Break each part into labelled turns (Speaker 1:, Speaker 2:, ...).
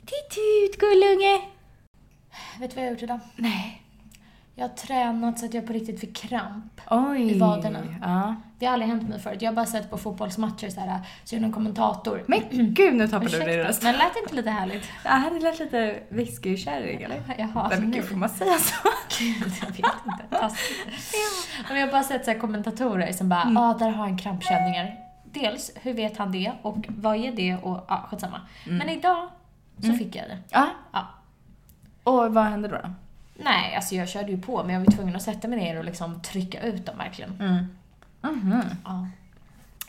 Speaker 1: Tut tut gullunge!
Speaker 2: Vet du vad jag har gjort idag?
Speaker 1: Nej.
Speaker 2: Jag har tränat så att jag på riktigt fick kramp.
Speaker 1: Oj.
Speaker 2: I vaderna.
Speaker 1: Ja.
Speaker 2: Det har aldrig hänt mig förut. Jag har bara sett på fotbollsmatcher så här, så är det någon kommentator.
Speaker 1: Men gud, nu tappade du din röst.
Speaker 2: Ursäkta, men lät det inte lite härligt?
Speaker 1: Det här lät lite whiskykärring eller?
Speaker 2: Jaha,
Speaker 1: Nej men
Speaker 2: nu.
Speaker 1: gud, får man säga så?
Speaker 2: Gud, jag vet inte. Taskigt. Men jag har bara sett så här kommentatorer som bara, ja ah, där har han krampkänningar. Dels, hur vet han det? Och vad är det? Och ja, ah, skitsamma. Men idag så fick jag det.
Speaker 1: Ja.
Speaker 2: Ja.
Speaker 1: Och vad hände då? då?
Speaker 2: Nej, alltså jag körde ju på men jag var tvungen att sätta mig ner och liksom trycka ut dem
Speaker 1: Mm.
Speaker 2: verkligen. Ja.
Speaker 1: Mhm.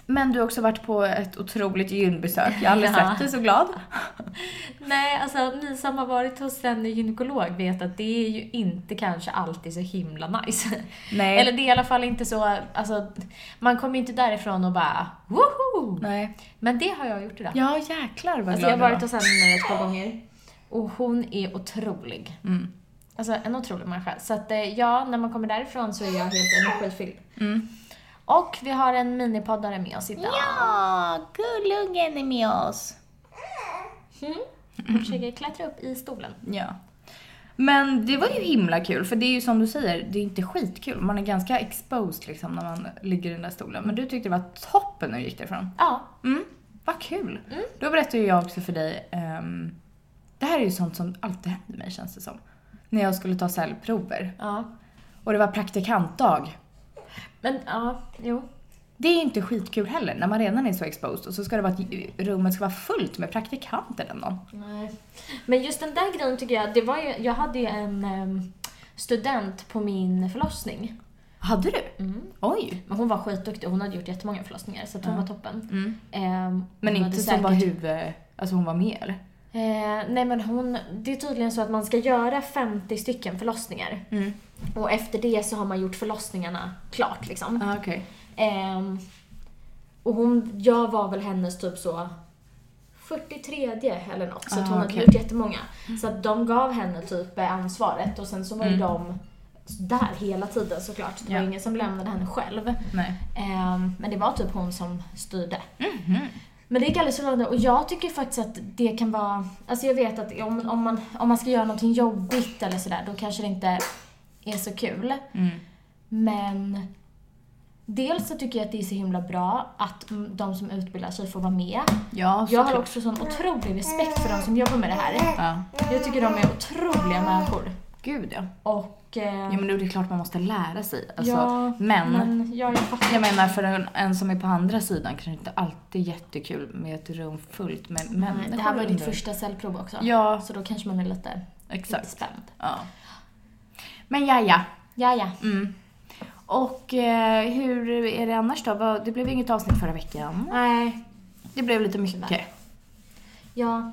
Speaker 1: Men du har också varit på ett otroligt gymbesök. Jag har aldrig
Speaker 2: Ja.
Speaker 1: sett dig så glad.
Speaker 2: Nej, alltså ni som har varit hos en gynekolog vet att det är ju inte kanske alltid så himla nice.
Speaker 1: Nej.
Speaker 2: Eller det är i alla fall inte så, alltså man kommer ju inte därifrån och bara woho!
Speaker 1: Nej.
Speaker 2: Men det har jag gjort idag.
Speaker 1: Ja jäklar vad
Speaker 2: alltså
Speaker 1: glad
Speaker 2: jag har
Speaker 1: du
Speaker 2: varit
Speaker 1: var.
Speaker 2: hos henne ett par gånger och hon är otrolig.
Speaker 1: Mm.
Speaker 2: Alltså en otrolig människa. Så att eh, ja, när man kommer därifrån så är jag helt energifylld.
Speaker 1: Mm.
Speaker 2: Och vi har en minipoddare med oss idag.
Speaker 1: Ja, gullungen är med oss.
Speaker 2: Mm. Jag försöker klättra upp i stolen.
Speaker 1: Ja. Men det var ju himla kul, för det är ju som du säger, det är inte skitkul. Man är ganska exposed liksom när man ligger i den där stolen. Men du tyckte det var toppen när du gick därifrån.
Speaker 2: Ja,
Speaker 1: Mm, vad kul.
Speaker 2: Mm.
Speaker 1: Då berättade ju jag också för dig, ehm, det här är ju sånt som alltid händer mig känns det som. När jag skulle ta cellprover.
Speaker 2: ja.
Speaker 1: Och det var praktikantdag.
Speaker 2: Men ja, jo.
Speaker 1: Det är ju inte skitkul heller när man redan är så exposed och så ska det vara att rummet ska vara fullt med praktikanter den dagen.
Speaker 2: Nej. Men just den där grejen tycker jag, det var ju, jag hade ju en em, student på min förlossning.
Speaker 1: Hade du?
Speaker 2: Mm.
Speaker 1: Oj!
Speaker 2: Men hon var skitduktig, hon hade gjort jättemånga förlossningar så att hon
Speaker 1: Ja.
Speaker 2: var toppen.
Speaker 1: Mm.
Speaker 2: Em,
Speaker 1: Men
Speaker 2: hon hade
Speaker 1: inte som
Speaker 2: säkert-
Speaker 1: var huvud... Alltså hon var med eller?
Speaker 2: Eh, nej men hon, det är tydligen så att man ska göra 50 stycken förlossningar.
Speaker 1: Mm.
Speaker 2: Och efter det så har man gjort förlossningarna klart liksom.
Speaker 1: Ah, okej.
Speaker 2: Ehm, och hon, jag var väl hennes typ så 43 eller något, så att
Speaker 1: Ah,
Speaker 2: hon
Speaker 1: okej. Mm.
Speaker 2: hade gjort jättemånga. Så att de gav henne typ eh, ansvaret och sen så var ju de där hela tiden såklart. Det var
Speaker 1: Ja.
Speaker 2: ingen som lämnade henne själv.
Speaker 1: Nej.
Speaker 2: Ehm, men det var typ hon som styrde. Mhm. Men det gick alldeles för långt och jag tycker faktiskt att det kan vara, alltså jag vet att om, om, man, om man ska göra någonting jobbigt eller sådär, då kanske det inte är så kul.
Speaker 1: Mm.
Speaker 2: Men dels så tycker jag att det är så himla bra att mm, de som utbildar sig får vara med.
Speaker 1: Ja,
Speaker 2: Jag
Speaker 1: såklart.
Speaker 2: har också sån otrolig respekt för de som jobbar med det här.
Speaker 1: Ja.
Speaker 2: Jag tycker de är otroliga människor.
Speaker 1: Gud ja.
Speaker 2: Och... Eh,
Speaker 1: Ja men det är klart man måste lära sig. Alltså,
Speaker 2: ja,
Speaker 1: men,
Speaker 2: men ja, jag fattar.
Speaker 1: jag menar för en, en som är på andra sidan kanske inte alltid är jättekul med ett rum fullt med
Speaker 2: Nej,
Speaker 1: människor.
Speaker 2: det här var ju ditt
Speaker 1: under.
Speaker 2: första cellprov också.
Speaker 1: Ja,
Speaker 2: Så då kanske man är lite, lite
Speaker 1: exakt.
Speaker 2: spänd.
Speaker 1: Ja. Men ja, ja.
Speaker 2: Ja, ja.
Speaker 1: Mm. Och eh, hur är det annars då? Vad- Det blev inget avsnitt förra veckan.
Speaker 2: Nej.
Speaker 1: Det blev lite mycket
Speaker 2: Ja,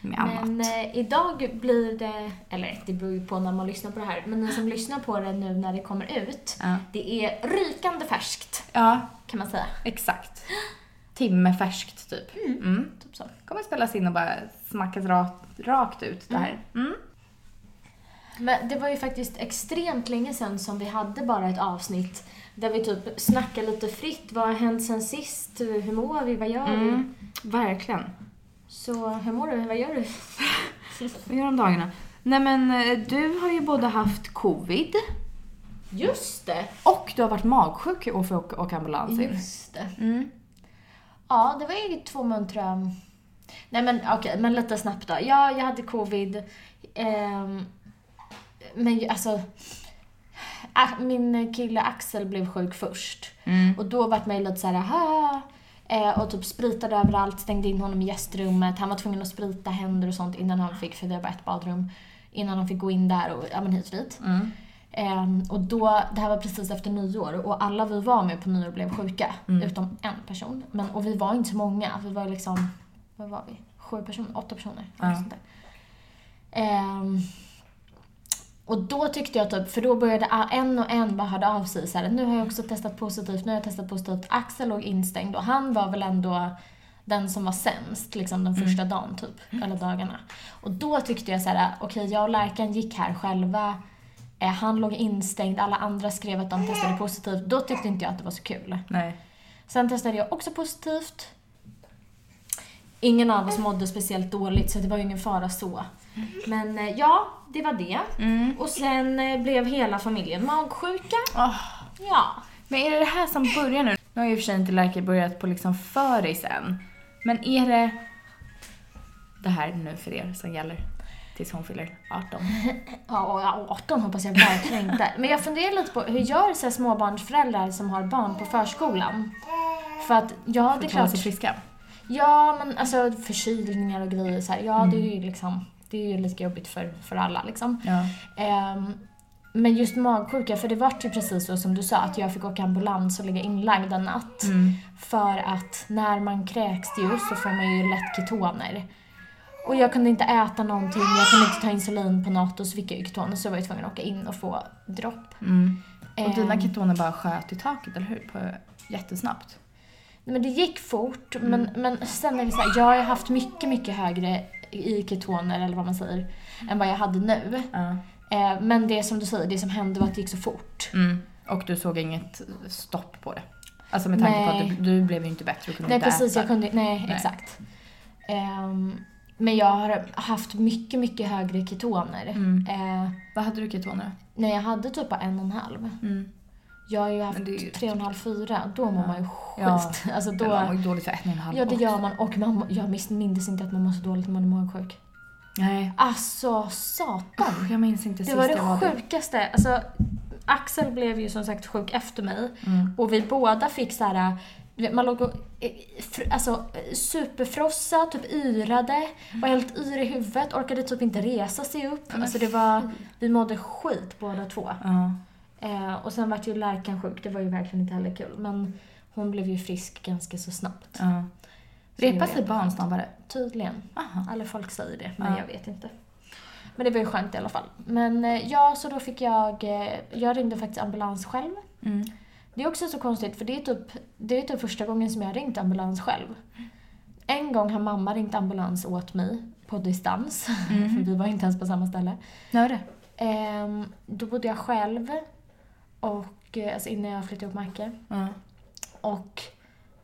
Speaker 1: med annat.
Speaker 2: men eh, idag blir det, eller det beror ju på när man lyssnar på det här, men ni som lyssnar på det nu när det kommer ut,
Speaker 1: Ja.
Speaker 2: det är rykande färskt
Speaker 1: ja,
Speaker 2: kan man säga.
Speaker 1: exakt. Timme färskt typ. Mm.
Speaker 2: Typ så.
Speaker 1: Kommer spelas in och bara smackas rakt, rakt ut det här. Mm.
Speaker 2: Men det var ju faktiskt extremt länge sedan som vi hade bara ett avsnitt där vi typ snackade lite fritt. Vad har hänt sen sist? Hur mår vi? Vad gör vi?
Speaker 1: Mm. Verkligen.
Speaker 2: Så hur mår du? Vad gör du?
Speaker 1: Vad gör de dagarna? Nej men eh, du har ju både haft covid
Speaker 2: Just det!
Speaker 1: och du har varit magsjuk och får åka, åka ambulans in.
Speaker 2: Just det.
Speaker 1: Mm.
Speaker 2: Ja, det var ju två muntra... Nej men okej, men lite snabbt då. Ja, jag hade covid. Ehm, men ju- alltså... a- Min kille Axel blev sjuk först.
Speaker 1: Mm.
Speaker 2: Och då vart man ju lite såhär, aha. Eh, och typ spritade överallt, stängde in honom i gästrummet. Han var tvungen att sprita händer och sånt innan han fick, för vi har bara ett badrum, innan han fick gå in där och ja, men hit och dit.
Speaker 1: Mm.
Speaker 2: Ehm, och då, det här var precis efter nyår och alla vi var med på nyår blev sjuka.
Speaker 1: Mm.
Speaker 2: Utom en person. Men, och vi var inte så många. Vi var liksom, vad var vi? Sju personer? Åtta personer? eller
Speaker 1: Ja.
Speaker 2: Sånt där. Ehm, och då tyckte jag typ, för då började a- en och en bara höra av sig så här, nu har jag också testat positivt, nu har jag testat positivt. Axel låg instängd och han var väl ändå den som var sämst liksom den första dagen typ, eller dagarna. Och då tyckte jag så här, okej jag och läkaren gick här själva, eh, han låg instängd, alla andra skrev att de testade positivt. Då tyckte inte jag att det var så kul.
Speaker 1: Nej.
Speaker 2: Sen testade jag också positivt. Ingen av oss mådde speciellt dåligt så det var ju ingen fara så. Men eh, ja, det var det.
Speaker 1: Mm.
Speaker 2: Och sen eh, blev hela familjen magsjuka.
Speaker 1: Åh.
Speaker 2: Ja.
Speaker 1: Ah. Men är det det här som börjar nu? Nu har ju i och för sig inte Lärke börjat på liksom föris än. Men är det det här nu för er som gäller? Tills hon fyller 18.
Speaker 2: Ja, och jag- 18 hoppas jag verkligen inte. Men jag funderar lite på, hur gör så här småbarnsföräldrar som har barn på förskolan? För att, ja det är
Speaker 1: Att hålla sig
Speaker 2: klart.
Speaker 1: friska.
Speaker 2: Ja, men alltså förkylningar och grejer så här. Ja, det är ju liksom, det är ju lika jobbigt för, för alla liksom.
Speaker 1: Ja.
Speaker 2: Ehm, men just magsjuka, för det var ju precis så som du sa, att jag fick åka ambulans och ligga inlagd en natt.
Speaker 1: Mm.
Speaker 2: För att när man kräks ju så får man ju lätt ketoner. Och jag kunde inte äta någonting, jag kunde inte ta insulin på något och så fick jag ju ketoner så jag var ju tvungen att åka in och få dropp.
Speaker 1: Mm. Och
Speaker 2: Ehm,
Speaker 1: dina ketoner bara sköt i taket, eller hur? På, jättesnabbt.
Speaker 2: Nej, Men det gick fort,
Speaker 1: Mm.
Speaker 2: men, men sen är det så här, jag har ju haft mycket, mycket högre i ketoner, eller vad man säger, än vad jag hade nu.
Speaker 1: Ja.
Speaker 2: Eh, men det som du säger, det som hände var att det gick så fort.
Speaker 1: Mm. Och du såg inget stopp på det? Alltså med tanke på
Speaker 2: Nej.
Speaker 1: att du, du blev ju inte bättre och kunde
Speaker 2: Nej
Speaker 1: inte
Speaker 2: precis,
Speaker 1: äta.
Speaker 2: jag kunde Nej,
Speaker 1: Nej.
Speaker 2: exakt. Ehm, men jag har haft mycket, mycket högre ketoner.
Speaker 1: Mm.
Speaker 2: Eh,
Speaker 1: Vad hade du ketoner?
Speaker 2: när jag hade typ bara en och en halv.
Speaker 1: Mm.
Speaker 2: Jag har ju haft
Speaker 1: Men det är ju-
Speaker 2: tre och en halv, fyra. Då mår man ju skit. Alltså
Speaker 1: Då... Man
Speaker 2: då,
Speaker 1: mår ju dåligt för en och en halv
Speaker 2: ja, det
Speaker 1: år.
Speaker 2: gör man. Och man, mår- jag minns- mindes inte att man mår så dåligt när man är magsjuk.
Speaker 1: Nej.
Speaker 2: Alltså satan.
Speaker 1: Usch, jag minns inte
Speaker 2: Det
Speaker 1: sist
Speaker 2: var
Speaker 1: jag var
Speaker 2: det
Speaker 1: det.
Speaker 2: sjukaste. Alltså, Axel blev ju som sagt sjuk efter mig.
Speaker 1: Mm.
Speaker 2: Och vi båda fick så här... du vet, Man låg och eh, fr- alltså, eh, superfrossa, typ yrade, var helt yr i huvudet, orkade typ inte resa sig upp. Alltså det var, vi mådde skit båda två.
Speaker 1: Ja.
Speaker 2: Eh, och sen vart ju läkaren sjuk, det var ju verkligen inte heller kul. Men hon blev ju frisk ganska så snabbt.
Speaker 1: Ja.
Speaker 2: Så jag
Speaker 1: Repa
Speaker 2: vet
Speaker 1: sig barn snabbare?
Speaker 2: Tydligen.
Speaker 1: Aha.
Speaker 2: Alla folk säger det, men
Speaker 1: Ja.
Speaker 2: jag vet inte. Men det var ju skönt i alla fall. Men eh, ja, så då fick jag... eh, Jag ringde faktiskt ambulans själv.
Speaker 1: Mm.
Speaker 2: Det är också så konstigt, för det är typ, det är typ första gången som jag har ringt ambulans själv. En gång har mamma ringt ambulans åt mig, på distans, för
Speaker 1: Mm.
Speaker 2: vi var inte ens på samma ställe.
Speaker 1: Nu är det.
Speaker 2: Ehm, då bodde jag själv, och, eh, alltså innan jag flyttade ihop med Acke.
Speaker 1: Ja.
Speaker 2: Och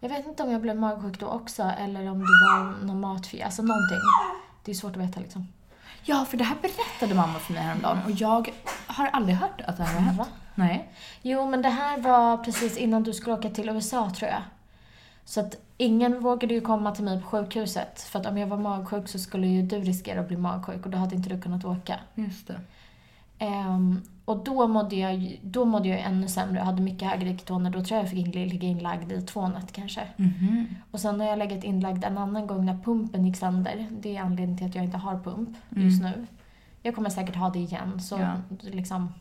Speaker 2: jag vet inte om jag blev magsjuk då också, eller om det var någon matfel, alltså någonting. Det är svårt att veta liksom.
Speaker 1: ja, för det här berättade mamma för mig häromdagen och jag har aldrig hört att det här har hänt.
Speaker 2: Va?
Speaker 1: Nej.
Speaker 2: Jo, men det här var precis innan du skulle åka till USA tror jag. Så att ingen vågade ju komma till mig på sjukhuset. För att om jag var magsjuk så skulle ju du riskera att bli magsjuk och då hade inte du kunnat åka.
Speaker 1: Just det.
Speaker 2: Ehm, och då mådde, jag, ju- då mådde jag ju ännu sämre. Jag hade mycket högre ketoner. Då tror jag jag fick in- ligga inlagd i två nätter kanske.
Speaker 1: Mhm.
Speaker 2: Och sen har jag legat inlagd en annan gång när pumpen gick sönder. Det är anledningen till att jag inte har pump just nu. Jag kommer säkert ha det igen. Så
Speaker 1: Mm. Ja.
Speaker 2: liksom,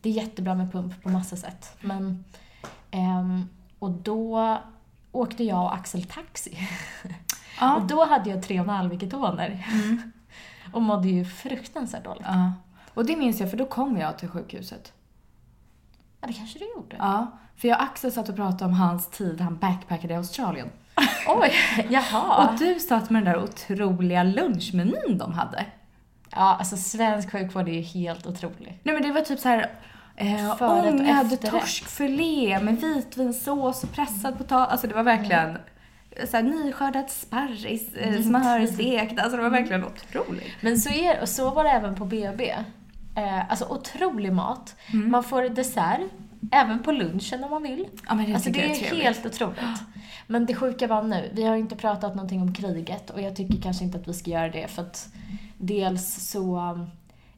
Speaker 2: det är jättebra med pump på massa sätt. Men, ehm, och då åkte jag och Axel taxi.
Speaker 1: Ja. Mm.
Speaker 2: Och då hade jag tre och en halv ketoner. och mådde ju fruktansvärt dåligt.
Speaker 1: Ja. Och det minns jag för då kom jag till sjukhuset.
Speaker 2: Ja, det kanske du gjorde.
Speaker 1: Ja. För jag och Axel satt och pratade om hans tid han backpackade i Australien.
Speaker 2: Oj, jaha.
Speaker 1: Och du satt med den där otroliga lunchmenyn de hade.
Speaker 2: Ja, alltså svensk sjukvård är ju helt otrolig.
Speaker 1: Nej men det var typ så här eh,
Speaker 2: Förrätt och
Speaker 1: ångad
Speaker 2: efterrätt. Mm.
Speaker 1: torskfilé med vitvinsås och pressad potatis. Alltså det var verkligen mm. så här, nyskördad sparris, eh,
Speaker 2: Mm.
Speaker 1: smörstekt. Alltså det var verkligen otroligt.
Speaker 2: Men så, är, och så var det även på BB. Eh, alltså otrolig mat. Man får dessert, även på lunchen om man vill.
Speaker 1: Ja men det
Speaker 2: Alltså
Speaker 1: tycker
Speaker 2: det
Speaker 1: Mm. jag
Speaker 2: är
Speaker 1: är trevligt.
Speaker 2: helt otroligt. Men det sjuka var nu, vi har ju inte pratat någonting om kriget och jag tycker kanske inte att vi ska göra det för att dels så um,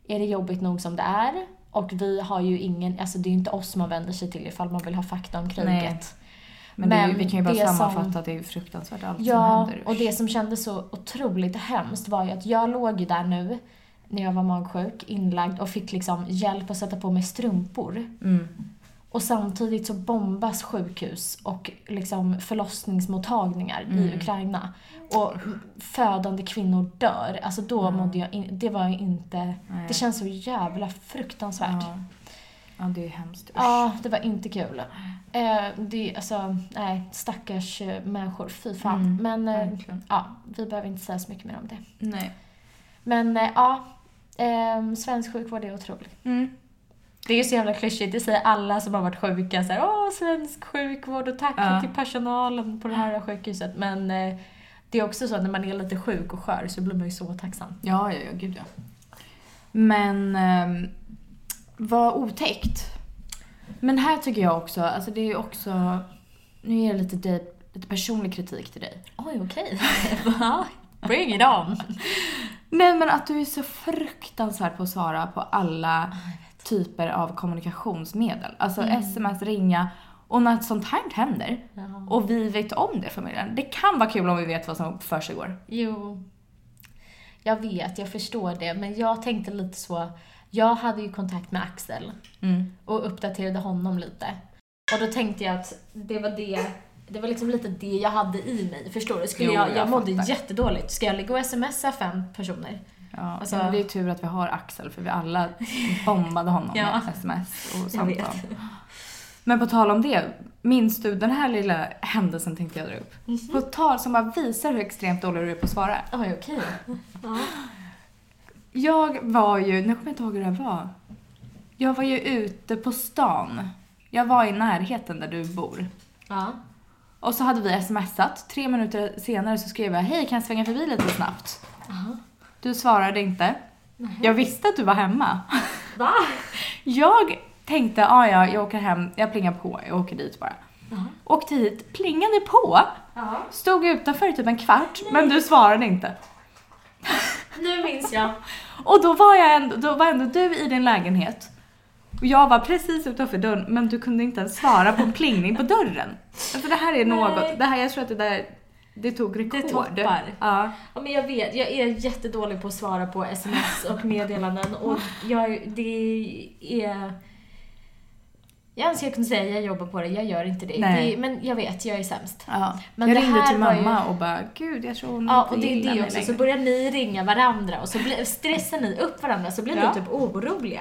Speaker 2: är det jobbigt nog som det är och vi har ju ingen, alltså det är ju inte oss man vänder sig till ifall man vill ha fakta om kriget.
Speaker 1: Nej. Men, det är ju, vi kan ju
Speaker 2: det
Speaker 1: bara
Speaker 2: som-
Speaker 1: sammanfatta att det är ju fruktansvärt allt
Speaker 2: Ja,
Speaker 1: som händer.
Speaker 2: och det som kändes så otroligt hemskt var ju att jag låg ju där nu när jag var magsjuk, inlagd och fick liksom hjälp att sätta på mig strumpor.
Speaker 1: Mm.
Speaker 2: Och samtidigt så bombas sjukhus och liksom förlossningsmottagningar
Speaker 1: Mm.
Speaker 2: i Ukraina. Och födande kvinnor dör. Alltså då mådde jag in, det var jag inte...
Speaker 1: Mm. Nej.
Speaker 2: Det känns så jävla fruktansvärt.
Speaker 1: Ja. ja, det är ju hemskt. Usch.
Speaker 2: Ja, det var inte kul. Eh, det, alltså, nej, stackars eh, människor. Fy fan.
Speaker 1: Mm,
Speaker 2: Men eh,
Speaker 1: verkligen.
Speaker 2: ja, vi behöver inte säga så mycket mer om det.
Speaker 1: Nej.
Speaker 2: Men eh, ja, eh, svensk sjukvård är otrolig.
Speaker 1: Mm.
Speaker 2: Det är ju så jävla klyschigt, det säger alla som har varit sjuka. Så här, Åh, svensk sjukvård och tack
Speaker 1: Ja.
Speaker 2: till personalen på det här sjukhuset. Men eh, Det är också så att när man är lite sjuk och skör så blir man ju så tacksam.
Speaker 1: Ja, ja, ja, gud ja. Men ehm, vad otäckt. Men här tycker jag också, alltså det är ju också, nu är det lite, dig- lite personlig kritik till dig.
Speaker 2: Oj, okej. Va? Bring it on!
Speaker 1: Nej men att du är så fruktansvärd på Sara på alla typer av kommunikationsmedel. Alltså sms, ringa och när ett sånt här händer
Speaker 2: Ja.
Speaker 1: och vi vet om det familjen. Det kan vara kul om vi vet vad som försiggår.
Speaker 2: Jo. Jag vet, jag förstår det. Men jag tänkte lite så. Jag hade ju kontakt med Axel
Speaker 1: Mm.
Speaker 2: och uppdaterade honom lite. Och då tänkte jag att det var det, det var liksom lite det jag hade i mig. Förstår du? Skulle
Speaker 1: Jo,
Speaker 2: jag,
Speaker 1: jag
Speaker 2: jag, mådde
Speaker 1: fattar.
Speaker 2: jättedåligt. Ska jag ligga och smsa fem personer?
Speaker 1: Ja,
Speaker 2: Alltså-
Speaker 1: men det är ju tur att vi har Axel för vi alla bombade honom
Speaker 2: Ja.
Speaker 1: med sms och
Speaker 2: Jag
Speaker 1: samtal.
Speaker 2: vet.
Speaker 1: Men på tal om det, minns du den här lilla händelsen tänkte jag dra upp?
Speaker 2: Mhm.
Speaker 1: På tal som bara visar hur extremt dålig du är på att svara.
Speaker 2: Oj, okej. Ja.
Speaker 1: Jag var ju, nu kommer jag inte ihåg hur det här var. Jag var ju ute på stan. Jag var i närheten där du bor.
Speaker 2: Ja.
Speaker 1: Och så hade vi smsat. Tre minuter senare så skrev jag Hej, kan jag svänga förbi lite snabbt?
Speaker 2: Aha.
Speaker 1: Du svarade inte. Jag visste att du var hemma.
Speaker 2: Va?
Speaker 1: Jag tänkte, ah, ja, jag åker hem, jag plingar på, jag åker dit bara.
Speaker 2: Aha.
Speaker 1: Åkte hit, plingade på,
Speaker 2: Ja.
Speaker 1: stod utanför i typ en kvart, men du svarade inte.
Speaker 2: Nu minns jag.
Speaker 1: Och då var, jag ändå, då var ändå du i din lägenhet. Och jag var precis utanför dörren men du kunde inte ens svara på en plingning på dörren. Alltså det här är något, det här, jag tror att det där, det tog rekord.
Speaker 2: toppar.
Speaker 1: Ja.
Speaker 2: Ja, men jag vet, jag är jättedålig på att svara på sms och meddelanden och jag, det är... Jag önskar jag kunde säga jag jobbar på det, jag gör inte det.
Speaker 1: Nej.
Speaker 2: det men jag vet, jag är sämst.
Speaker 1: ja.
Speaker 2: Men
Speaker 1: jag
Speaker 2: det
Speaker 1: ringde
Speaker 2: här
Speaker 1: till
Speaker 2: var ju-
Speaker 1: mamma och bara, gud jag tror hon
Speaker 2: Ja,
Speaker 1: inte
Speaker 2: och det
Speaker 1: gillar
Speaker 2: är det
Speaker 1: mig
Speaker 2: också.
Speaker 1: längre."
Speaker 2: Så börjar ni ringa varandra och så blir, stressar ni upp varandra så blir ni
Speaker 1: Ja.
Speaker 2: typ oroliga.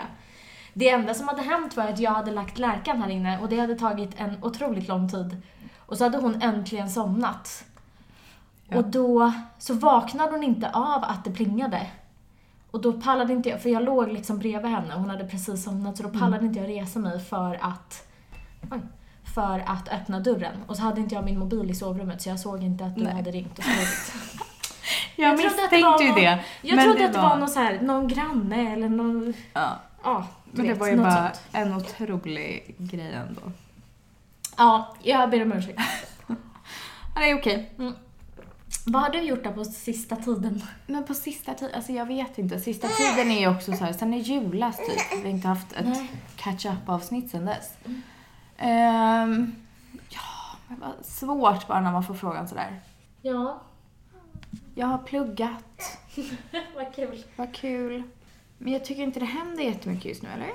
Speaker 2: Det enda som hade hänt var att jag hade lagt läkaren här inne och det hade tagit en otroligt lång tid. Och så hade hon äntligen somnat.
Speaker 1: Ja.
Speaker 2: Och då så vaknade hon inte av att det plingade. Och då pallade inte jag, för jag låg liksom bredvid henne och hon hade precis somnat så
Speaker 1: Mm.
Speaker 2: då pallade inte jag resa mig för att oj, för att öppna dörren. Och så hade inte jag min mobil i sovrummet så jag såg inte att du
Speaker 1: Nej.
Speaker 2: hade ringt och skrivit.
Speaker 1: jag,
Speaker 2: jag trodde att det
Speaker 1: misstänkte ju
Speaker 2: var
Speaker 1: det.
Speaker 2: Jag trodde att det var någon, så här, någon granne eller någon...
Speaker 1: Ja,
Speaker 2: Ja, du
Speaker 1: men det
Speaker 2: vet,
Speaker 1: var ju
Speaker 2: något
Speaker 1: bara
Speaker 2: sånt.
Speaker 1: en otrolig grej ändå.
Speaker 2: Ja, jag ber om ursäkt.
Speaker 1: Ja, det är okej.
Speaker 2: Vad har du gjort då på sista tiden?
Speaker 1: Men på sista tiden, alltså jag vet inte. Sista tiden är ju också så här, sen är julas typ. Vi har inte haft ett
Speaker 2: Nej.
Speaker 1: catch up avsnitt sen dess. Ehm, ja, men vad svårt bara när man får frågan sådär.
Speaker 2: Ja,
Speaker 1: Jag har pluggat,
Speaker 2: vad kul.
Speaker 1: vad kul. Men jag tycker inte det händer jättemycket just nu, eller?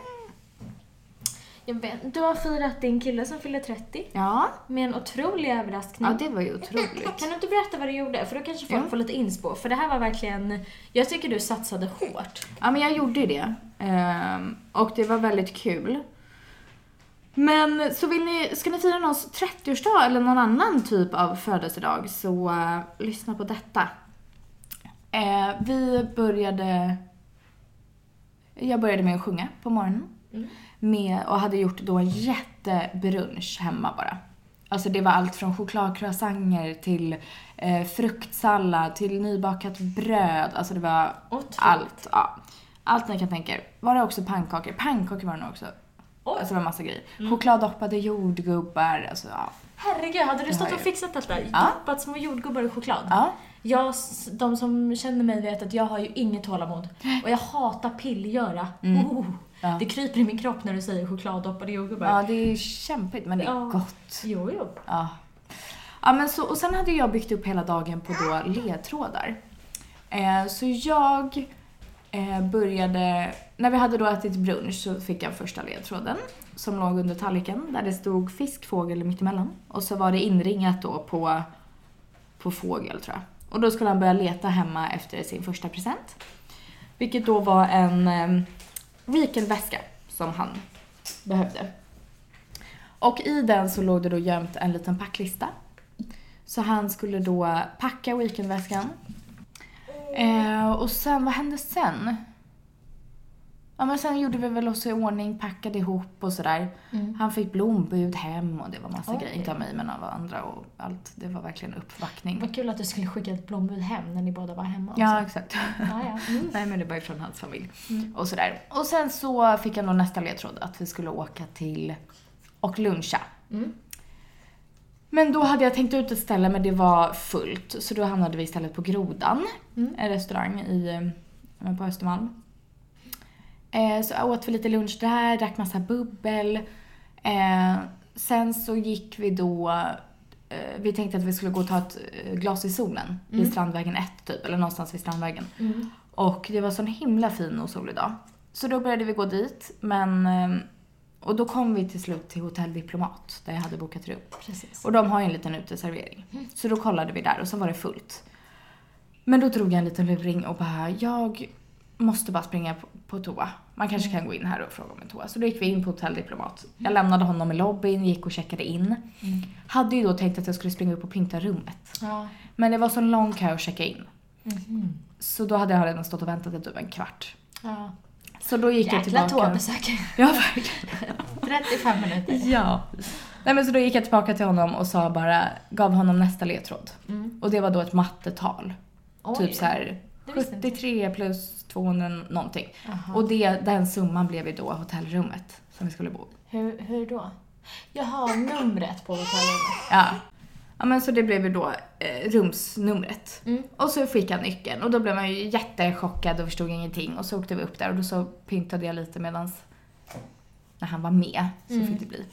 Speaker 2: Jag vet, du har firat din kille som fyller 30
Speaker 1: Ja,
Speaker 2: med en otrolig överraskning.
Speaker 1: ja det var ju otroligt.
Speaker 2: Kan du inte berätta vad du gjorde? För då kanske folk
Speaker 1: Ja.
Speaker 2: får lite inspo. För det här var verkligen... Jag tycker du satsade hårt.
Speaker 1: Ja, men jag gjorde ju det. Ehm, och det var väldigt kul. Men så vill ni, ska ni fira någons 30-årsdag eller någon annan typ av födelsedag så eh, lyssna på detta. Eh, vi började... Jag började med att sjunga på morgonen.
Speaker 2: Mm.
Speaker 1: Med, och hade gjort då en jättebrunch hemma bara. Alltså det var allt från chokladcroissanter till eh, fruktsallad till nybakat bröd. Alltså det var
Speaker 2: Otroligt.
Speaker 1: allt. Ja. Allt ni kan tänka er. Var det också pannkakor? Pannkakor var det nog också.
Speaker 2: Oj. Mm.
Speaker 1: Alltså det var massa grejer. Chokladdoppade jordgubbar. Alltså, ja.
Speaker 2: Herregud, hade du
Speaker 1: Det har
Speaker 2: stått och
Speaker 1: jag
Speaker 2: fixat detta?
Speaker 1: Ja.
Speaker 2: Doppat små jordgubbar i choklad?
Speaker 1: ja.
Speaker 2: Jag, s- de som känner mig vet att jag har ju inget tålamod. Och jag hatar pillgöra. Oh,
Speaker 1: Mm. Ja.
Speaker 2: Det kryper i min kropp när du säger chokladdoppade jordgubbar.
Speaker 1: ja, det är kämpigt men det
Speaker 2: Ja.
Speaker 1: är gott.
Speaker 2: Jo, jo.
Speaker 1: Ja. ja men så, och sen hade jag byggt upp hela dagen på då ledtrådar. Eh, så jag eh, började... När vi hade då ätit brunch så fick jag första ledtråden som låg under tallriken där det stod fisk, fågel mittemellan. Och så var det inringat då på, på fågel tror jag. Och då skulle han börja leta hemma efter sin första present. Vilket då var en eh, Reekel-väska som han behövde. Och i den så låg det då gömt en liten packlista. Så han skulle då packa weekendväskan. Eh, och sen, vad hände sen? Ja, Ja men sen gjorde vi väl oss i ordning, packade ihop och sådär.
Speaker 2: Mm.
Speaker 1: Han fick blombud hem och det var massa
Speaker 2: Oj.
Speaker 1: grejer. Inte av mig men av andra och allt. Det var verkligen uppvaktning.
Speaker 2: Vad kul att du skulle skicka ett blombud hem när ni båda var hemma.
Speaker 1: Ja
Speaker 2: också.
Speaker 1: exakt.
Speaker 2: ja, ja. Mm.
Speaker 1: Nej men det var ju från hans familj.
Speaker 2: Mm.
Speaker 1: Och sådär. Och sen så fick jag nog nästa ledtråd att vi skulle åka till och luncha.
Speaker 2: Mm.
Speaker 1: Men då hade jag tänkt ut ett ställe men det var fullt. Så då hamnade vi istället på Grodan.
Speaker 2: Mm.
Speaker 1: En restaurang i, eh, men på Östermalm. Eh, så åt vi lite lunch där, drack massa bubbel. Eh, sen så gick vi då, eh, vi tänkte att vi skulle gå och ta ett eh, glas i solen. Vid Strandvägen 1 typ, eller någonstans vid Strandvägen.
Speaker 2: Mm.
Speaker 1: Och det var sån himla fin och solig dag. Så då började vi gå dit, men... eh, Och då kom vi till slut till Hotell Diplomat, där jag hade bokat rum.
Speaker 2: Precis.
Speaker 1: Och de har ju en liten uteservering. Så då kollade vi där och så var det fullt. Men då drog jag en liten luring och bara, jag måste bara springa på, på toa. Man kanske kan gå in här och fråga om en toa. Så då gick vi in på Hotell Diplomat. Jag lämnade honom i lobbyn, gick och checkade in. Hade ju då tänkt att jag skulle springa upp och pynta rummet.
Speaker 2: Mm. Ja.
Speaker 1: Men det var så lång kö att checka in.
Speaker 2: Mhm.
Speaker 1: Så då hade jag redan stått och väntat i typ en kvart.
Speaker 2: ja.
Speaker 1: Så då gick jag tillbaka.
Speaker 2: Jäkla toabesök.
Speaker 1: Ja, verkligen.
Speaker 2: 35 minuter.
Speaker 1: Ja. Nej men så då gick jag tillbaka till honom och sa bara, gav honom nästa ledtråd.
Speaker 2: Mm.
Speaker 1: Och det var då ett mattetal.
Speaker 2: Oj.
Speaker 1: Typ så här
Speaker 2: Det visste inte
Speaker 1: 73 plus 200 någonting.
Speaker 2: Aha.
Speaker 1: Och det, den summan blev ju då hotellrummet som vi skulle bo i.
Speaker 2: Hur, hur då? Jag har numret på hotellrummet.
Speaker 1: Ja. Ja men så det blev ju då eh, rumsnumret.
Speaker 2: Mm.
Speaker 1: Och så fick jag nyckeln och då blev man ju jättechockad och förstod ingenting. Och så åkte vi upp där och då så pyntade jag lite medans när han var med så fick det bli.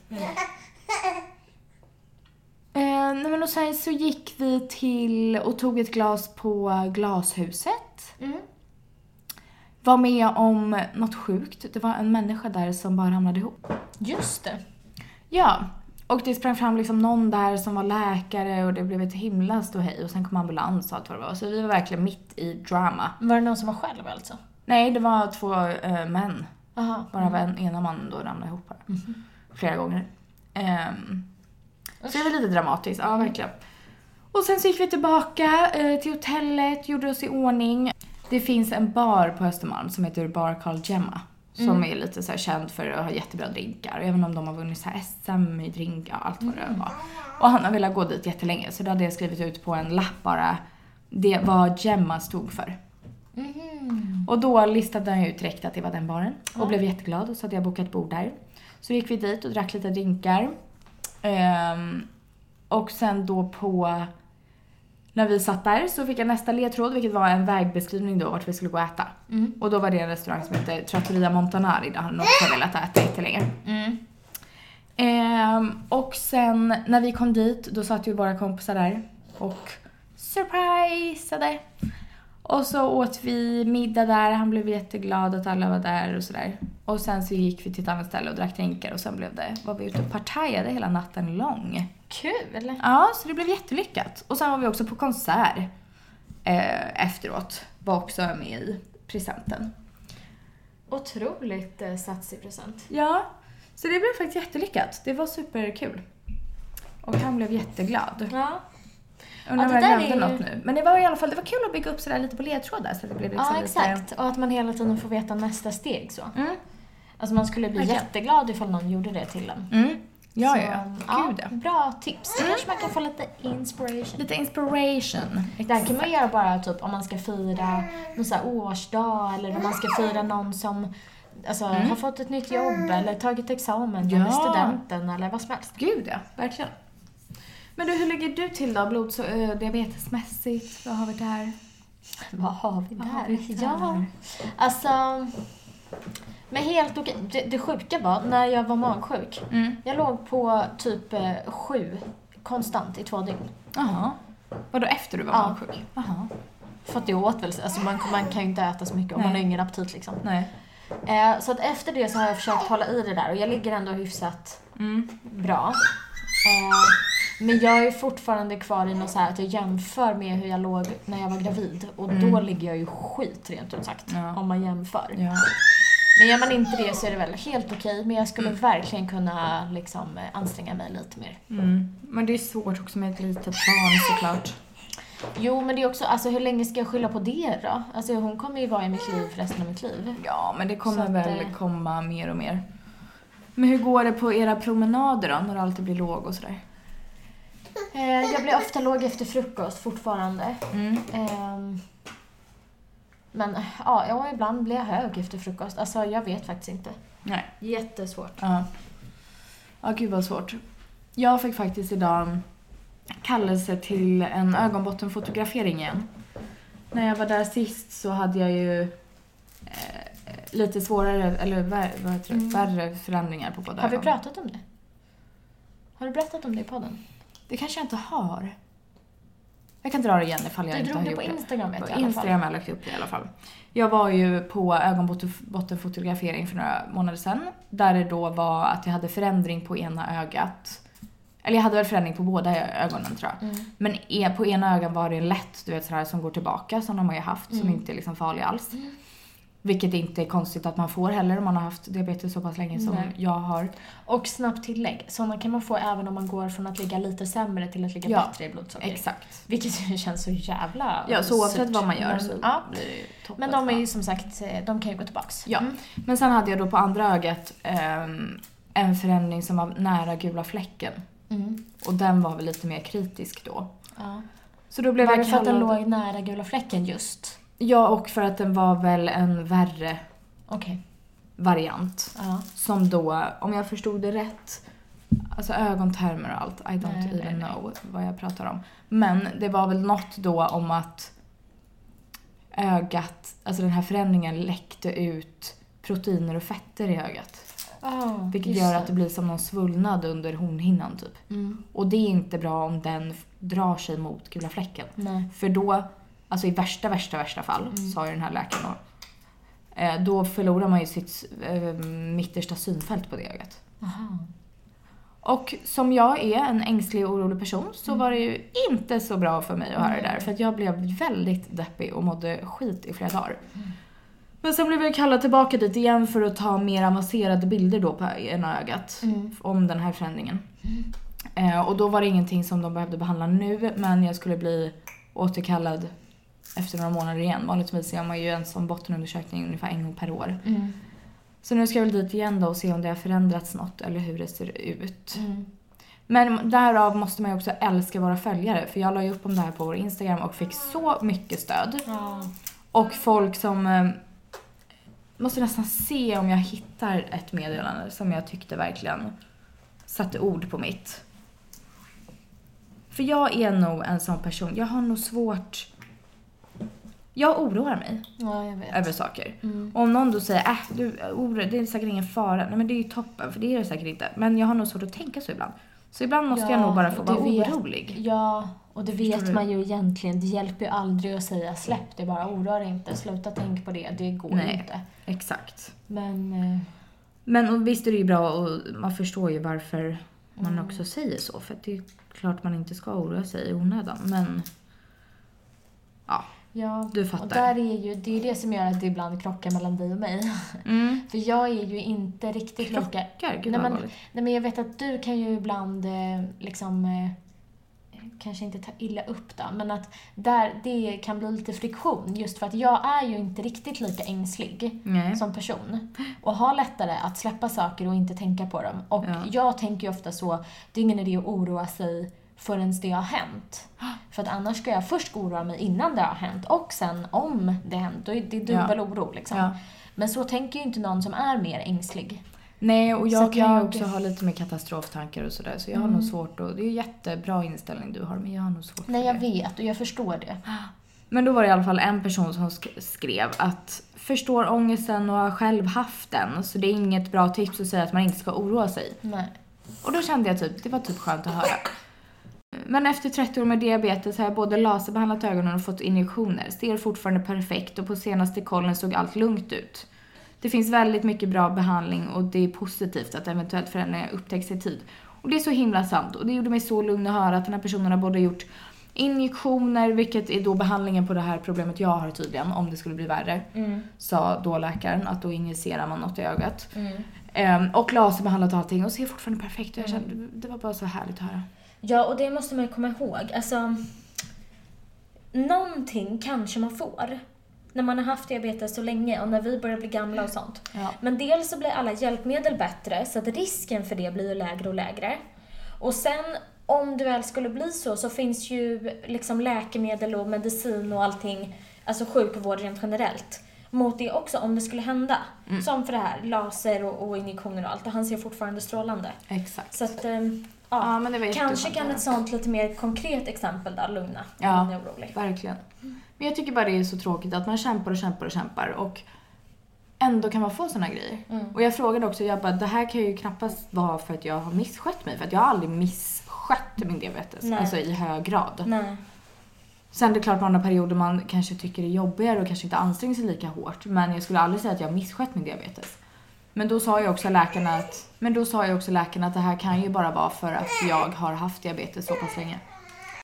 Speaker 1: Eh, nej men och sen så gick vi till och tog ett glas på Glashuset.
Speaker 2: Mm.
Speaker 1: Var med om något sjukt. Det var en människa där som bara hamnade ihop.
Speaker 2: Just det.
Speaker 1: Ja. Och det sprang fram liksom någon där som var läkare och det blev ett himla ståhej och sen kom ambulans och allt vad det var. Så vi var verkligen mitt i drama.
Speaker 2: Var det någon som var själv alltså?
Speaker 1: Nej, det var två eh, män.
Speaker 2: Aha.
Speaker 1: Bara mm. Mhm. ena mannen då ramlade ihop bara. Flera gånger. Ehm, så det var lite dramatiskt, ja verkligen. Och sen så gick vi tillbaka eh, till hotellet, gjorde oss i ordning. Det finns en bar på Östermalm som heter Bar Carl Gemma. Som är lite så här känd för att ha jättebra drinkar. Även om de har vunnit så här SM i drink, ja, allt vad det var. Och han har velat gå dit jättelänge så då hade jag skrivit ut på en lapp bara det vad Gemma stod för.
Speaker 2: Mhm.
Speaker 1: Och då listade han ju ut direkt att det var den baren och blev jätteglad så hade jag bokat bord där. Så gick vi dit och drack lite drinkar. Ehm, och sen då på... När vi satt där så fick jag nästa ledtråd vilket var en vägbeskrivning då vart vi skulle gå och äta.
Speaker 2: Mm.
Speaker 1: Och då var det en restaurang som hette Trattoria Montanari där han också velat äta jättelänge.
Speaker 2: Mm.
Speaker 1: Ehm, och sen när vi kom dit då satt ju våra kompisar där och surprisade. Och så åt vi middag där, han blev jätteglad att alla var där och sådär. Och sen så gick vi till ett annat ställe och drack drinkar och sen blev det, var vi ute och partajade hela natten lång.
Speaker 2: Kul!
Speaker 1: Ja, så det blev jättelyckat. Och sen var vi också på konsert eh, efteråt. Var också med i presenten.
Speaker 2: Otroligt eh, satsig present.
Speaker 1: Ja, så det blev faktiskt jättelyckat. Det var superkul. Och han blev jätteglad.
Speaker 2: Ja,
Speaker 1: Undrar om
Speaker 2: det
Speaker 1: jag
Speaker 2: där
Speaker 1: glömde
Speaker 2: är ju-
Speaker 1: något nu. Men det var i alla fall det var kul att bygga upp sådär lite på ledtrådar så att det blev liksom
Speaker 2: ja
Speaker 1: lite...
Speaker 2: exakt. Och att man hela tiden får veta nästa steg så.
Speaker 1: Mm.
Speaker 2: Alltså man skulle bli
Speaker 1: Verkligen.
Speaker 2: jätteglad ifall någon gjorde det till en.
Speaker 1: Mm. Ja,
Speaker 2: Så,
Speaker 1: ja, ja. Gud ja. Mm.
Speaker 2: Bra tips. Då kanske man kan få lite inspiration.
Speaker 1: Lite inspiration.
Speaker 2: Det här kan man göra bara typ om man ska fira någon så här årsdag eller om man ska fira någon som alltså, har fått ett nytt jobb eller tagit examen eller
Speaker 1: Mm. Ja.
Speaker 2: studenten eller vad som helst.
Speaker 1: Gud ja, verkligen. Men du, hur ligger du till då? Blods eh, diabetesmässigt? Vad har vi där?
Speaker 2: Vad har vi där?
Speaker 1: har vi där?
Speaker 2: Ja. Alltså, men helt okej. Det, det sjuka var när jag var magsjuk.
Speaker 1: Mm.
Speaker 2: Jag låg på typ eh, sju konstant i två dygn.
Speaker 1: Jaha. Vadå efter du var
Speaker 2: Ja.
Speaker 1: magsjuk? Jaha.
Speaker 2: För att jag åt väl, alltså man, man kan ju inte äta så mycket om
Speaker 1: Nej.
Speaker 2: man har ingen aptit liksom.
Speaker 1: Nej.
Speaker 2: Eh, så att efter det så har jag försökt hålla i det där och jag ligger ändå hyfsat
Speaker 1: Mm,
Speaker 2: bra. Eh, men jag är fortfarande kvar i något så här att jag jämför med hur jag låg när jag var gravid och då ligger jag ju skit rent ut sagt
Speaker 1: Ja.
Speaker 2: om man jämför.
Speaker 1: Ja.
Speaker 2: Men gör man inte det så är det väl helt okej men jag skulle verkligen kunna
Speaker 1: Mm.
Speaker 2: liksom eh, anstränga mig lite mer.
Speaker 1: Men det är svårt också med ett litet barn såklart.
Speaker 2: Jo, men det är också, alltså hur länge ska jag skylla på det då? Alltså hon kommer ju vara i mitt liv resten av mitt liv.
Speaker 1: Ja, men det
Speaker 2: Så
Speaker 1: kommer
Speaker 2: att,
Speaker 1: väl
Speaker 2: eh,
Speaker 1: komma mer och mer. Men hur går det på era promenader då, när du alltid blir låg och sådär?
Speaker 2: Eh, jag blir ofta låg efter frukost fortfarande.
Speaker 1: Mm.
Speaker 2: Ehm, men ja, ja, ibland blir jag hög efter frukost. Alltså jag vet faktiskt inte.
Speaker 1: Nej.
Speaker 2: Jättesvårt.
Speaker 1: Ja. Ja, gud vad svårt. Jag fick faktiskt idag en kallelse till en ögonbottenfotografering igen. När jag var där sist så hade jag ju eh, lite svårare, eller vär, vad heter det,
Speaker 2: Mm.
Speaker 1: värre förändringar på båda
Speaker 2: Har vi
Speaker 1: ögonen.
Speaker 2: pratat om det? Har du berättat om det i podden?
Speaker 1: Det kanske jag inte har. Jag kan dra det igen ifall jag
Speaker 2: Du
Speaker 1: inte
Speaker 2: drog
Speaker 1: har
Speaker 2: det
Speaker 1: gjort
Speaker 2: på
Speaker 1: det.
Speaker 2: Instagram vet
Speaker 1: På
Speaker 2: jag i alla fall.
Speaker 1: Instagram har jag lagt upp det i alla fall. Jag var ju på ögonbottenfotografering för några månader sedan. Där det då var att jag hade förändring på ena ögat. Eller jag hade väl förändring på båda ö- ögonen tror jag.
Speaker 2: Mm.
Speaker 1: Men e- på ena ögat var det lätt, du vet sådär som går tillbaka som de har ju haft som
Speaker 2: Mm.
Speaker 1: inte är liksom farlig alls. Vilket inte är konstigt att man får heller om man har haft diabetes så pass länge som
Speaker 2: Nej.
Speaker 1: jag har.
Speaker 2: Och snabbt tillägg. Sådana kan man få även om man går från att ligga lite sämre till att ligga
Speaker 1: Ja,
Speaker 2: bättre i blodsocker.
Speaker 1: Exakt.
Speaker 2: Vilket ju känns så jävla
Speaker 1: Ja, så oavsett
Speaker 2: surt.
Speaker 1: vad man gör
Speaker 2: Men,
Speaker 1: så
Speaker 2: ja.
Speaker 1: blir det ju toppen.
Speaker 2: Men de är ju som sagt, eh, de kan ju gå tillbaks.
Speaker 1: Ja.
Speaker 2: Mm.
Speaker 1: Men sen hade jag då på andra ögat ehm, en förändring som var nära gula fläcken.
Speaker 2: Mm.
Speaker 1: Och den var väl lite mer kritisk då.
Speaker 2: Ja.
Speaker 1: Så då blev
Speaker 2: Var det
Speaker 1: jag
Speaker 2: för att den
Speaker 1: kallad...
Speaker 2: låg nära gula fläcken just?
Speaker 1: Ja, och för att den var väl en värre
Speaker 2: Okej.
Speaker 1: variant.
Speaker 2: Ja.
Speaker 1: Som då, om jag förstod det rätt, alltså ögontermer och allt, I don't
Speaker 2: Nej, nej,
Speaker 1: even
Speaker 2: nej.
Speaker 1: know vad jag pratar om. Men det var väl något då om att ögat, alltså den här förändringen läckte ut proteiner och fetter i ögat.
Speaker 2: Oh,
Speaker 1: Ah, Vilket gör att det blir som någon svullnad under hornhinnan typ.
Speaker 2: Mm.
Speaker 1: Och det är inte bra om den f- drar sig mot gula fläcken.
Speaker 2: Nej.
Speaker 1: För då, alltså i värsta, värsta, värsta fall, sa ju den här läkaren då, eh, då förlorar man ju sitt eh, mittersta synfält på det ögat.
Speaker 2: Aha.
Speaker 1: Och som jag är en ängslig och orolig person så var det ju inte så bra för mig att höra det där. För att jag blev väldigt deppig och mådde skit i flera dagar. Men sen blev jag kallad tillbaka dit igen för att ta mer avancerade bilder då på ena ögat.
Speaker 2: Mm.
Speaker 1: Om den här förändringen. Eh, och då var det ingenting som de behövde behandla nu men jag skulle bli återkallad efter några månader igen. Vanligtvis gör man ju en sån bottenundersökning ungefär en gång per år.
Speaker 2: Mm.
Speaker 1: Så nu ska jag väl dit igen då och se om det har förändrats något eller hur det ser ut.
Speaker 2: Mm.
Speaker 1: Men därav måste man ju också älska våra följare för jag la ju upp om det här på vår Instagram och fick så mycket stöd.
Speaker 2: Ja.
Speaker 1: Och folk som... Eh, måste nästan se om jag hittar ett meddelande som jag tyckte verkligen satte ord på mitt. För jag är nog en sån person, jag har nog svårt... Jag oroar mig
Speaker 2: ja, jag vet.
Speaker 1: över saker.
Speaker 2: Mm.
Speaker 1: Och om någon då säger äh, du, oro, det är säkert ingen fara. Nej men det är ju toppen, för det är det säkert inte. Men jag har nog svårt att tänka så ibland. Så ibland måste
Speaker 2: Ja,
Speaker 1: jag nog bara få
Speaker 2: det
Speaker 1: vara
Speaker 2: vet-
Speaker 1: orolig.
Speaker 2: Ja, och det
Speaker 1: Förstår
Speaker 2: vet
Speaker 1: du?
Speaker 2: man ju egentligen. Det hjälper ju aldrig att säga släpp det, bara oroa dig inte, sluta tänka på det, det går
Speaker 1: Nej.
Speaker 2: inte.
Speaker 1: Exakt.
Speaker 2: Men eh,
Speaker 1: Men och visst är det ju bra och man förstår ju varför man
Speaker 2: Mm.
Speaker 1: också säger så. För att det är klart man inte ska oroa sig i onödan. Men ja,
Speaker 2: ja,
Speaker 1: du
Speaker 2: och
Speaker 1: fattar.
Speaker 2: där är ju, det är ju det som gör att det ibland krockar mellan dig och mig.
Speaker 1: Mm.
Speaker 2: För jag är ju inte riktigt lika
Speaker 1: Krockar, gud
Speaker 2: Nej,
Speaker 1: vad
Speaker 2: men-
Speaker 1: allvarligt.
Speaker 2: Nej men jag vet att du kan ju ibland eh, liksom eh, kanske inte ta illa upp då, men att där det kan bli lite friktion just för att jag är ju inte riktigt lika ängslig
Speaker 1: Nej.
Speaker 2: som person och har lättare att släppa saker och inte tänka på dem. Och
Speaker 1: Ja.
Speaker 2: jag tänker ju ofta så, det är ingen idé att oroa sig förrän det har hänt. För att annars ska jag först oroa mig innan det har hänt och sen om det har hänt, då är det
Speaker 1: Ja.
Speaker 2: dubbel oro liksom.
Speaker 1: Ja.
Speaker 2: Men så tänker ju inte någon som är mer ängslig.
Speaker 1: Nej, och jag kan
Speaker 2: Så
Speaker 1: ju
Speaker 2: jag- Mm.
Speaker 1: också ha lite mer katastroftankar och sådär. Så jag har nog svårt att... Det är ju jättebra inställning du har, men jag har nog svårt
Speaker 2: Nej
Speaker 1: för
Speaker 2: jag
Speaker 1: det.
Speaker 2: vet och jag förstår det.
Speaker 1: Men då var det i alla fall en person som sk- skrev att förstår ångesten och har själv haft den så det är inget bra tips att säga att man inte ska oroa sig.
Speaker 2: Nej.
Speaker 1: Och då kände jag typ, det var typ skönt att höra. Men efter 30 år med diabetes har jag både laserbehandlat ögonen och fått injektioner. Ser fortfarande perfekt och på senaste kollen såg allt lugnt ut. Det finns väldigt mycket bra behandling och det är positivt att eventuellt förändringar upptäcks i tid. Och det är så himla sant och det gjorde mig så lugn att höra att den här personen har både gjort injektioner, vilket är då behandlingen på det här problemet jag har tydligen, om det skulle bli värre, sa då läkaren att då injicerar man något i ögat. Ehm, och laserbehandlat och allting och ser fortfarande perfekt ut. Jag
Speaker 3: Mm.
Speaker 1: kände, det var bara så härligt att höra.
Speaker 2: Ja, och det måste man ju komma ihåg. Alltså,
Speaker 3: någonting kanske man får när man har haft diabetes så länge och när vi börjar bli gamla och sånt.
Speaker 1: Ja.
Speaker 3: Men dels så blir alla hjälpmedel bättre så att risken för det blir ju lägre och lägre. Och sen om det väl skulle bli så så finns ju liksom läkemedel och medicin och allting, alltså sjukvård rent generellt, mot det också om det skulle hända.
Speaker 1: Mm.
Speaker 3: Som för det här, laser och, och injektioner och allt och han ser fortfarande strålande.
Speaker 1: Exakt.
Speaker 3: Så att, ehm,
Speaker 1: Ja,
Speaker 3: ja.
Speaker 1: men det var
Speaker 3: Kanske
Speaker 1: jätteskönt
Speaker 3: kan
Speaker 1: att
Speaker 3: ett sånt lite mer konkret exempel där lugna
Speaker 1: Ja.
Speaker 3: om man är orolig.
Speaker 1: Verkligen. Men jag tycker bara det är så tråkigt att man kämpar och kämpar och kämpar och ändå kan man få såna grejer.
Speaker 3: Mm.
Speaker 1: Och jag frågade också, jag bara, det här kan ju knappast vara för att jag har misskött mig. För att jag har aldrig misskött min diabetes.
Speaker 3: Nej.
Speaker 1: Alltså i hög grad.
Speaker 3: Nej.
Speaker 1: Sen det är klart man har perioder man kanske tycker det är jobbigare och kanske inte anstränger sig lika hårt. Men jag skulle aldrig säga att jag har misskött min diabetes. Men då sa ju också läkarna att, men då sa ju också läkarna att det här kan ju bara vara för att jag har haft diabetes så pass länge.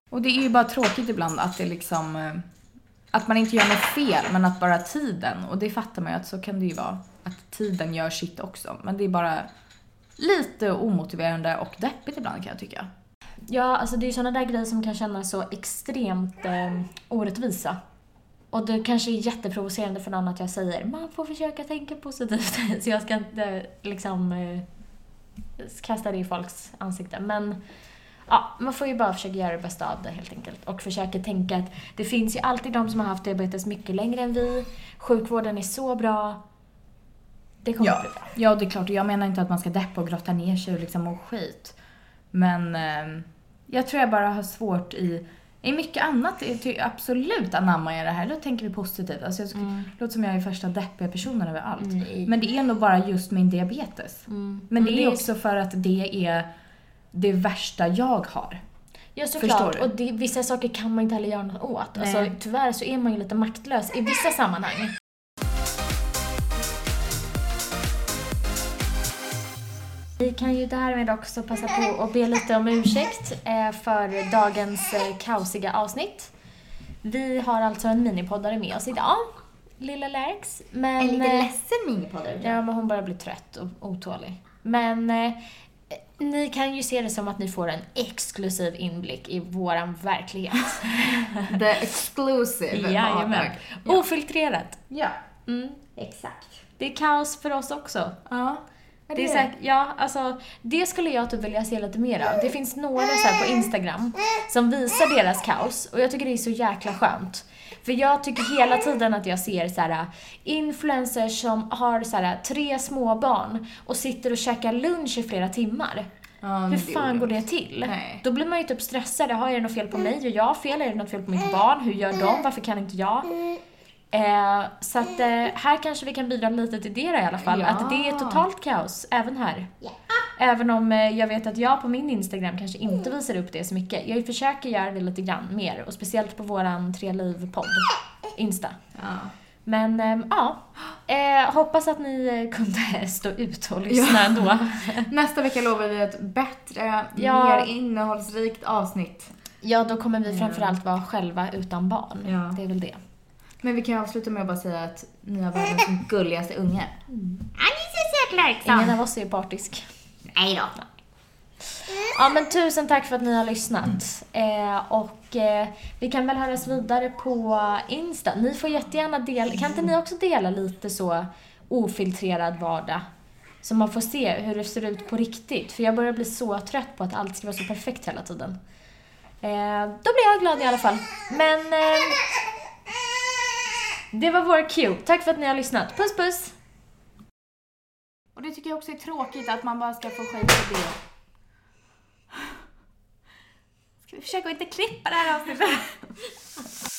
Speaker 1: Och det är ju bara tråkigt ibland att det liksom, eh, att man inte gör något fel men att bara tiden, och det fattar man ju att så kan det ju vara, att tiden gör sitt också. Men det är bara lite omotiverande och deppigt ibland kan jag tycka.
Speaker 2: Ja, alltså det är ju sådana där grejer som kan kännas så extremt eh, orättvisa. Och det kanske är jätteprovocerande för någon att jag säger man får försöka tänka positivt. Så jag ska inte liksom eh, kasta det i folks ansikte. Men ja, man får ju bara försöka göra det bästa av det helt enkelt. Och försöka tänka att det finns ju alltid de som har haft diabetes mycket längre än vi. Sjukvården är så bra. Det kommer
Speaker 1: Ja.
Speaker 2: bli bra.
Speaker 1: typ. ja, det är klart. Jag menar inte att man ska deppa och grotta ner sig och liksom må skit. Men eh, jag tror jag bara har svårt i... I mycket annat är ty- absolut anammar jag det här. Då tänker vi positivt. Alltså jag skulle, låter som jag är första deppiga personen över allt.
Speaker 2: Mm.
Speaker 1: Men det är nog bara just min diabetes. Men Mm, det är också för att det är det värsta jag har.
Speaker 2: Ja,
Speaker 1: Förstår
Speaker 2: såklart.
Speaker 1: du?
Speaker 2: Och det, vissa saker kan man inte heller göra något åt. Alltså,
Speaker 1: Nej.
Speaker 2: tyvärr så är man ju lite maktlös i vissa sammanhang. Vi kan ju därmed också passa på att be lite om ursäkt eh, för dagens eh, kaosiga avsnitt. Vi har alltså en minipoddare med oss idag, Lilla Lärx. Men, eh,
Speaker 1: ledsen minipoddare.
Speaker 2: Ja, men hon börjar bli trött och otålig. Men eh, ni kan ju se det som att ni får en exklusiv inblick i våran verklighet.
Speaker 1: The exclusive.
Speaker 2: Jajamän. Ofiltrerat.
Speaker 1: Ja.
Speaker 2: Mm.
Speaker 3: Exakt.
Speaker 2: Det är kaos för oss också.
Speaker 1: ja.
Speaker 2: Det, är säkert, ja, alltså, det skulle jag typ vilja se lite mer av. Det finns några så här på Instagram som visar deras kaos och jag tycker det är så jäkla skönt. För jag tycker hela tiden att jag ser så här, äh, influencers som har så här, äh, tre småbarn och sitter och käkar lunch i flera timmar.
Speaker 1: Ja, men
Speaker 2: Hur
Speaker 1: det är
Speaker 2: fan går det till?
Speaker 1: Nej. Mm.
Speaker 2: Då blir man ju typ stressad. Har jag något fel på mig? Gör jag fel? Är det något fel på mitt barn? Hur gör de? Varför kan inte jag? Eh, så att eh, här kanske vi kan bidra lite till det då, i alla fall.
Speaker 1: Ja.
Speaker 2: Att det är totalt kaos, även här. Även om eh, jag vet att jag på min Instagram kanske inte
Speaker 1: Mm.
Speaker 2: visar upp det så mycket. Jag försöker göra det lite grann mer och speciellt på våran Tre Liv-podd, Insta.
Speaker 1: Ja.
Speaker 2: Men ehm, ja, eh, hoppas att ni eh, kunde stå ut och lyssna
Speaker 1: Ja.
Speaker 2: ändå.
Speaker 1: Nästa vecka lovar vi ett bättre,
Speaker 2: Ja.
Speaker 1: mer innehållsrikt avsnitt.
Speaker 2: Ja, då kommer vi framförallt vara själva utan barn.
Speaker 1: Ja.
Speaker 2: Det är väl det.
Speaker 1: Men vi kan avsluta med att bara säga att ni har världens gulligaste unge.
Speaker 2: Ingen av oss är ju partisk. Nej då. Ja, men tusen tack för att ni har lyssnat. Eh, och eh, vi kan väl höras vidare på Insta. Ni får jättegärna dela, kan inte ni också dela lite så ofiltrerad vardag? Så man får se hur det ser ut på riktigt. För jag börjar bli så trött på att allt ska vara så perfekt hela tiden. Eh, då blir jag glad i alla fall. Men eh, det var vår cue. Tack för att ni har lyssnat. Puss puss!
Speaker 1: Och det tycker jag också är tråkigt att man bara ska få skit för det. Ska vi försöka att inte klippa det här avsnittet?